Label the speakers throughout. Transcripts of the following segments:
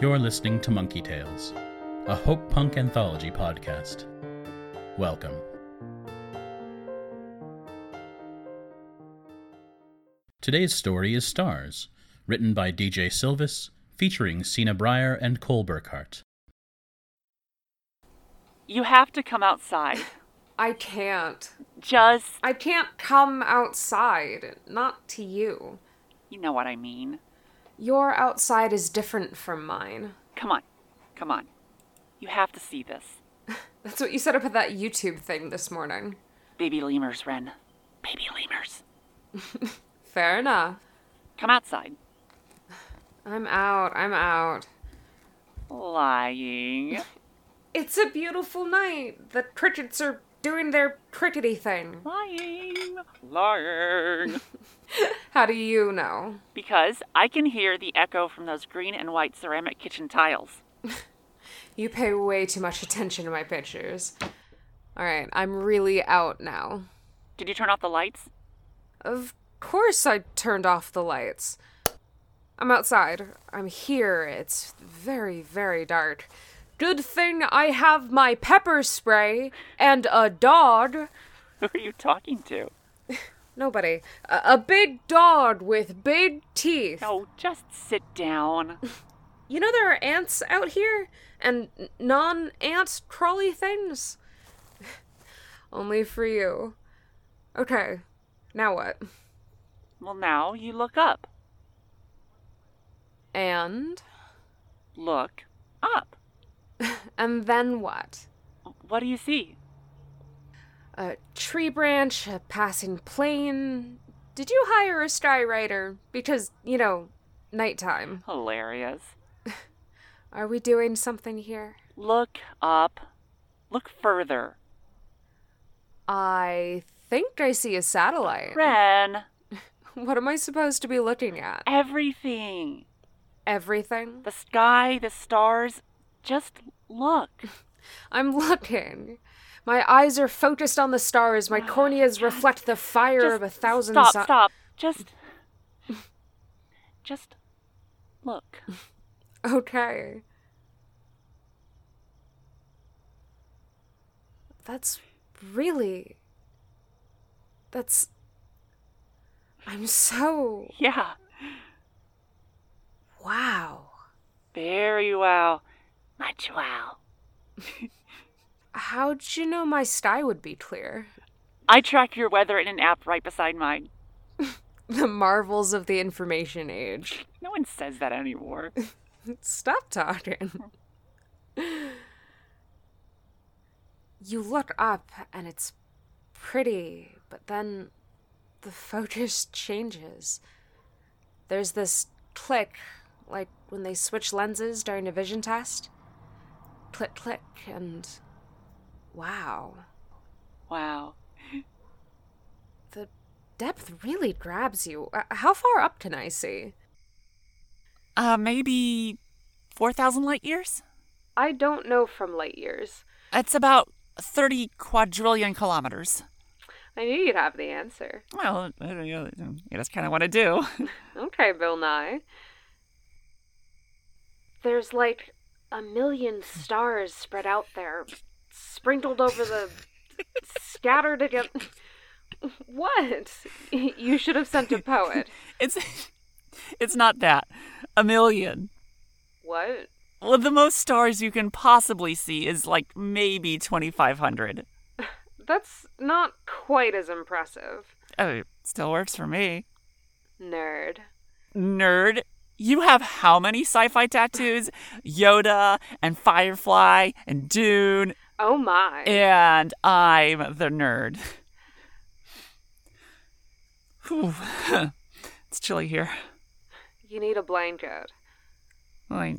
Speaker 1: You're listening to Monkey Tales, a Hope Punk anthology podcast. Welcome. Today's story is Stars, written by DJ Silvis, featuring Sina Breyer and Cole Burkhart.
Speaker 2: You have to come outside.
Speaker 3: I can't.
Speaker 2: Just,
Speaker 3: I can't come outside. Not to you.
Speaker 2: you know what I mean.
Speaker 3: Your outside is different from mine.
Speaker 2: Come on. Come on. You have to see this.
Speaker 3: That's what you said up at that YouTube thing this morning.
Speaker 2: Baby lemurs, Ren. Baby lemurs.
Speaker 3: Fair enough.
Speaker 2: Come outside.
Speaker 3: I'm out. I'm out.
Speaker 2: Lying.
Speaker 3: It's a beautiful night. The crickets are doing their crickety thing.
Speaker 2: Lying. Lying.
Speaker 3: How do you know?
Speaker 2: Because I can hear the echo from those green and white ceramic kitchen tiles.
Speaker 3: You pay way too much attention to my pictures. All right, I'm really out now.
Speaker 2: Did you turn off the lights?
Speaker 3: Of course I turned off the lights. I'm outside. I'm here. It's very, very dark. Good thing I have my pepper spray and a dog.
Speaker 2: Who are you talking to?
Speaker 3: Nobody. A, a big dog with big teeth.
Speaker 2: No, just sit down.
Speaker 3: You know there are ants out here? And non ant crawly things? Only for you. Okay, now what?
Speaker 2: Well, now you look up.
Speaker 3: And?
Speaker 2: Look up.
Speaker 3: And then what?
Speaker 2: What do you see?
Speaker 3: a tree branch, a passing plane. Did you hire a skywriter? Because, you know, nighttime.
Speaker 2: Hilarious.
Speaker 3: Are we doing something here?
Speaker 2: Look up. Look further.
Speaker 3: I think I see a satellite.
Speaker 2: Ren,
Speaker 3: What am I supposed to be looking at?
Speaker 2: everything.
Speaker 3: Everything?
Speaker 2: The sky, the stars. Just look.
Speaker 3: I'm looking. My eyes are focused on the stars. My corneas reflect the fire
Speaker 2: Just
Speaker 3: of a thousand
Speaker 2: Stop,
Speaker 3: su-
Speaker 2: stop. Just. Just look.
Speaker 3: Okay. That's really. That's. I'm so.
Speaker 2: Yeah.
Speaker 3: Wow.
Speaker 2: Very well. Much well.
Speaker 3: How'd you know my sky would be clear?
Speaker 2: I track your weather in an app right beside mine.
Speaker 3: The marvels of the information age.
Speaker 2: No one says that anymore.
Speaker 3: Stop talking. you look up and it's pretty, but then the focus changes. There's this click, like when they switch lenses during a vision test. Click, click, and wow.
Speaker 2: Wow.
Speaker 3: The depth really grabs you. Uh, How far up can I see?
Speaker 4: Uh, maybe 4,000 light years?
Speaker 3: I don't know from light years.
Speaker 4: That's about 30 quadrillion kilometers.
Speaker 3: I knew you'd have the answer.
Speaker 4: Well, I don't know, you just kind of want to do.
Speaker 3: Okay, Bill Nye. There's like a million stars spread out there, sprinkled over the. scattered again. What? You should have sent a poet.
Speaker 4: It's it's not that. A million.
Speaker 3: What?
Speaker 4: Well, the most stars you can possibly see is like maybe 2,500.
Speaker 3: That's not quite as impressive.
Speaker 4: Oh, it still works for me.
Speaker 3: Nerd.
Speaker 4: Nerd, you have how many sci fi tattoos? Yoda and Firefly and Dune.
Speaker 3: Oh my.
Speaker 2: Eh.
Speaker 4: And I'm the nerd. Whew. it's chilly here.
Speaker 3: You need a blanket.
Speaker 4: Well, I,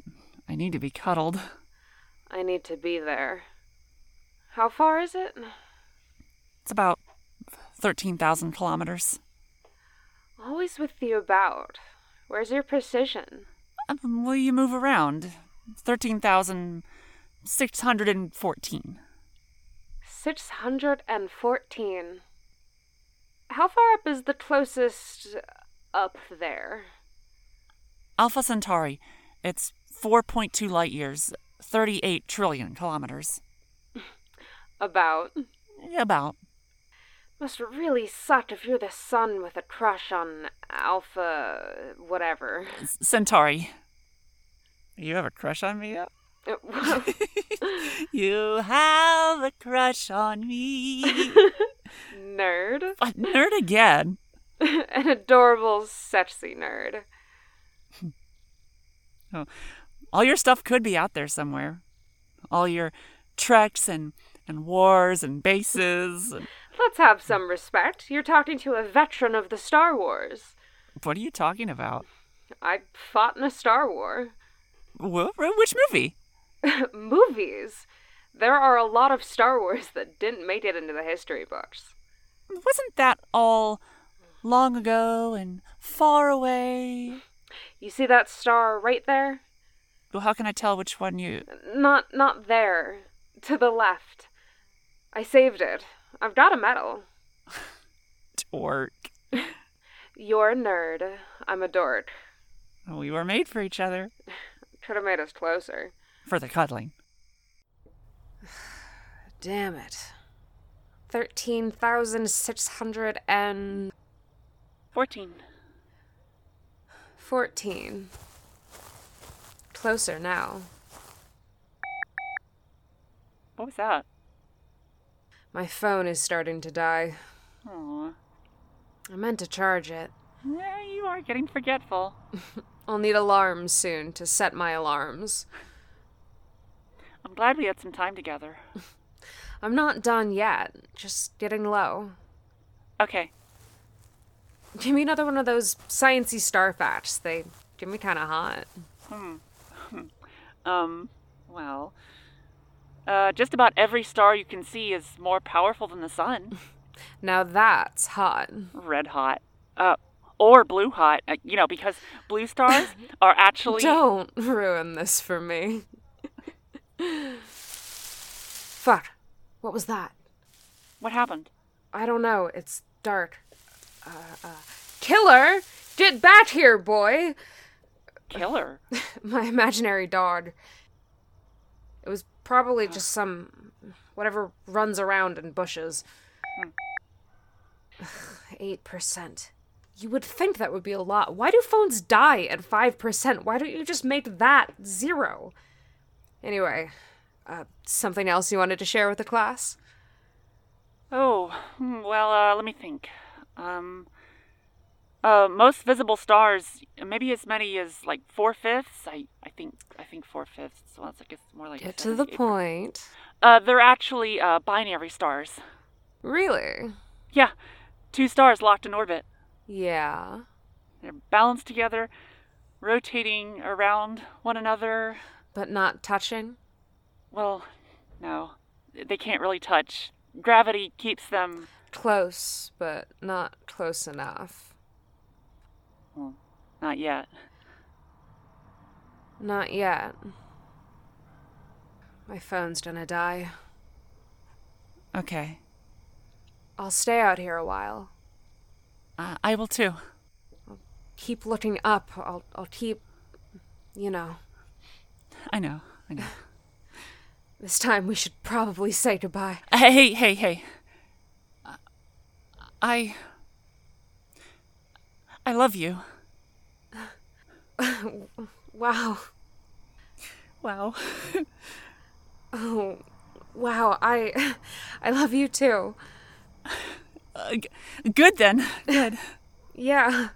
Speaker 4: I need to be cuddled.
Speaker 3: I need to be there. How far is it?
Speaker 4: It's about 13,000 kilometers.
Speaker 3: Always with you about. Where's your precision?
Speaker 4: Um, will you move around? 13,614.
Speaker 3: 614. How far up is the closest up there?
Speaker 4: Alpha Centauri. It's 4.2 light years, 38 trillion kilometers.
Speaker 3: About.
Speaker 4: About.
Speaker 3: Must really suck if you're the son with a crush on Alpha. whatever.
Speaker 4: C- Centauri. You have a crush on me? Yeah? you have a crush on me.
Speaker 3: nerd.
Speaker 4: A nerd again.
Speaker 3: An adorable, sexy nerd.
Speaker 4: Oh. All your stuff could be out there somewhere. All your treks and, and wars and bases. and-
Speaker 3: Let's have some respect. You're talking to a veteran of the Star Wars.
Speaker 4: what are you talking about?
Speaker 3: I fought in a Star War.
Speaker 4: Wh- wh- Which movie?
Speaker 3: Movies. There are a lot of Star Wars that didn't make it into the history books.
Speaker 4: Wasn't that all long ago and far away?
Speaker 3: You see that star right there?
Speaker 4: Well, how can I tell which one you.
Speaker 3: Not not there. To the left. I saved it. I've got a medal.
Speaker 4: Dork.
Speaker 3: You're a nerd. I'm a dork.
Speaker 4: We were made for each other.
Speaker 3: Could have made us closer.
Speaker 4: For the cuddling.
Speaker 3: Damn it. 13,600 and
Speaker 2: 14.
Speaker 3: 14. Closer now.
Speaker 2: What was that?
Speaker 3: My phone is starting to die.
Speaker 2: Oh.
Speaker 3: I meant to charge it.
Speaker 2: Yeah, you are getting forgetful.
Speaker 3: I'll need alarms soon to set my alarms.
Speaker 2: I'm glad we had some time together.
Speaker 3: I'm not done yet, just getting low.
Speaker 2: Okay.
Speaker 3: Give me another one of those sciency star facts. They get me kind of hot.
Speaker 2: Hmm. um, well, uh, just about every star you can see is more powerful than the sun.
Speaker 3: Now that's hot.
Speaker 2: Red hot. Uh, or blue hot. Uh, you know, because blue stars are actually.
Speaker 3: Don't ruin this for me. Fuck. What was that?
Speaker 2: What happened?
Speaker 3: I don't know. It's dark. Uh, uh, killer! Get back here, boy!
Speaker 2: Killer.
Speaker 3: my imaginary dog. It was probably just some whatever runs around in bushes. Hmm. Eight percent. You would think that would be a lot. Why do phones die at five percent? Why don't you just make that zero? Anyway, uh, something else you wanted to share with the class?
Speaker 2: Oh, hmm, well, uh, let me think. Um, uh, most visible stars, maybe as many as like four fifths. I, I think, I think four fifths. Well, it's like it's more like
Speaker 3: Get to the
Speaker 2: 78%.
Speaker 3: point.
Speaker 2: Uh, they're actually uh, binary stars.
Speaker 3: Really?
Speaker 2: Yeah, two stars locked in orbit.
Speaker 3: Yeah.
Speaker 2: They're balanced together, rotating around one another.
Speaker 3: But not touching?
Speaker 2: Well, no, they can't really touch. Gravity keeps them.
Speaker 3: Close, but not close enough.
Speaker 2: Well, not yet.
Speaker 3: Not yet. My phone's gonna die.
Speaker 4: Okay.
Speaker 3: I'll stay out here a while.
Speaker 4: Uh, I will too.
Speaker 3: Keep looking up. I'll I'll keep you know.
Speaker 4: I know. I know.
Speaker 3: This time we should probably say goodbye.
Speaker 4: Hey, hey, hey. Uh, I. I love you.
Speaker 3: Wow.
Speaker 4: Wow.
Speaker 3: Oh wow, I I love you too.
Speaker 4: Uh, g- good then. Good.
Speaker 3: Yeah.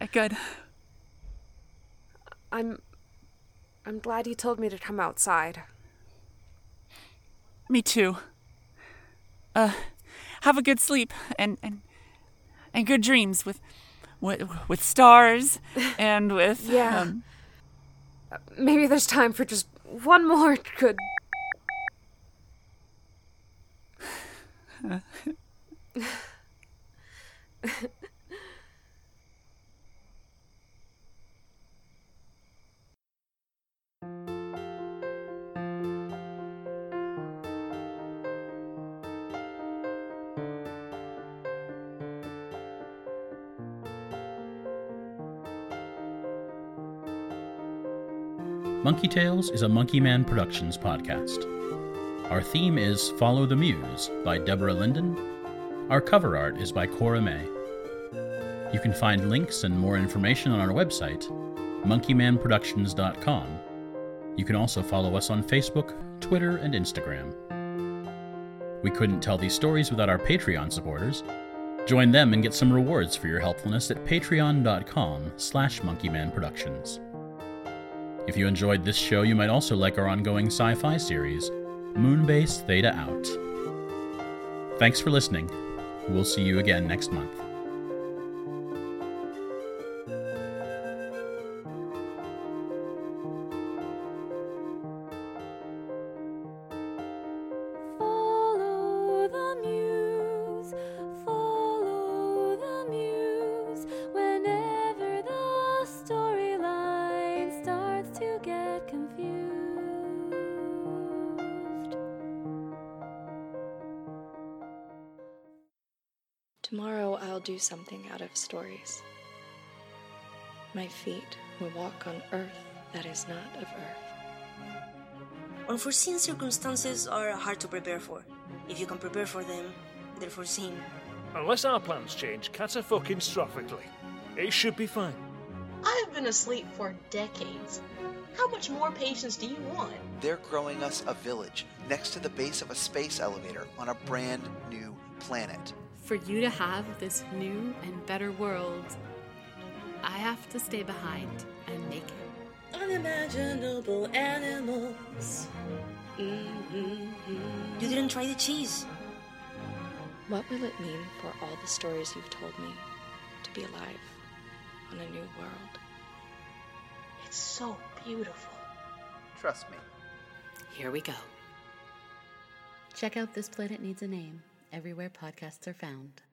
Speaker 4: Uh, Good.
Speaker 3: I'm I'm glad you told me to come outside.
Speaker 4: Me too. Uh, have a good sleep and and and good dreams with with, with stars and with um,
Speaker 3: Yeah. Maybe there's time for just one more good
Speaker 1: Monkey Tales is a Monkey Man Productions podcast. Our theme is Follow the Muse by Deborah Linden. Our cover art is by Cora May. You can find links and more information on our website, monkeymanproductions.com. You can also follow us on Facebook, Twitter, and Instagram. We couldn't tell these stories without our Patreon supporters. Join them and get some rewards for your helpfulness at patreon.com slash monkeymanproductions. If you enjoyed this show, you might also like our ongoing sci-fi series, Moonbase Theta Out. Thanks for listening. We'll see you again next month.
Speaker 5: Follow the muse, follow the muse. Whenever the storyline starts to get confused.
Speaker 6: Tomorrow I'll do something out of stories. My feet will walk on earth that is not of earth.
Speaker 7: Unforeseen circumstances are hard to prepare for. If you can prepare for them, they're foreseen.
Speaker 8: Unless our plans change catastrophically, it should be fine.
Speaker 9: I've been asleep for decades. How much more patience do you want?
Speaker 10: They're growing us a village next to the base of a space elevator on a brand new planet.
Speaker 11: For you to have this new and better world, I have to stay behind and make it.
Speaker 7: Unimaginable animals. You didn't try the cheese.
Speaker 6: What will it mean for all the stories you've told me to be alive on a new world?
Speaker 9: It's so beautiful.
Speaker 10: Trust me.
Speaker 11: Here we go.
Speaker 5: Check out This Planet Needs a Name everywhere podcasts are found.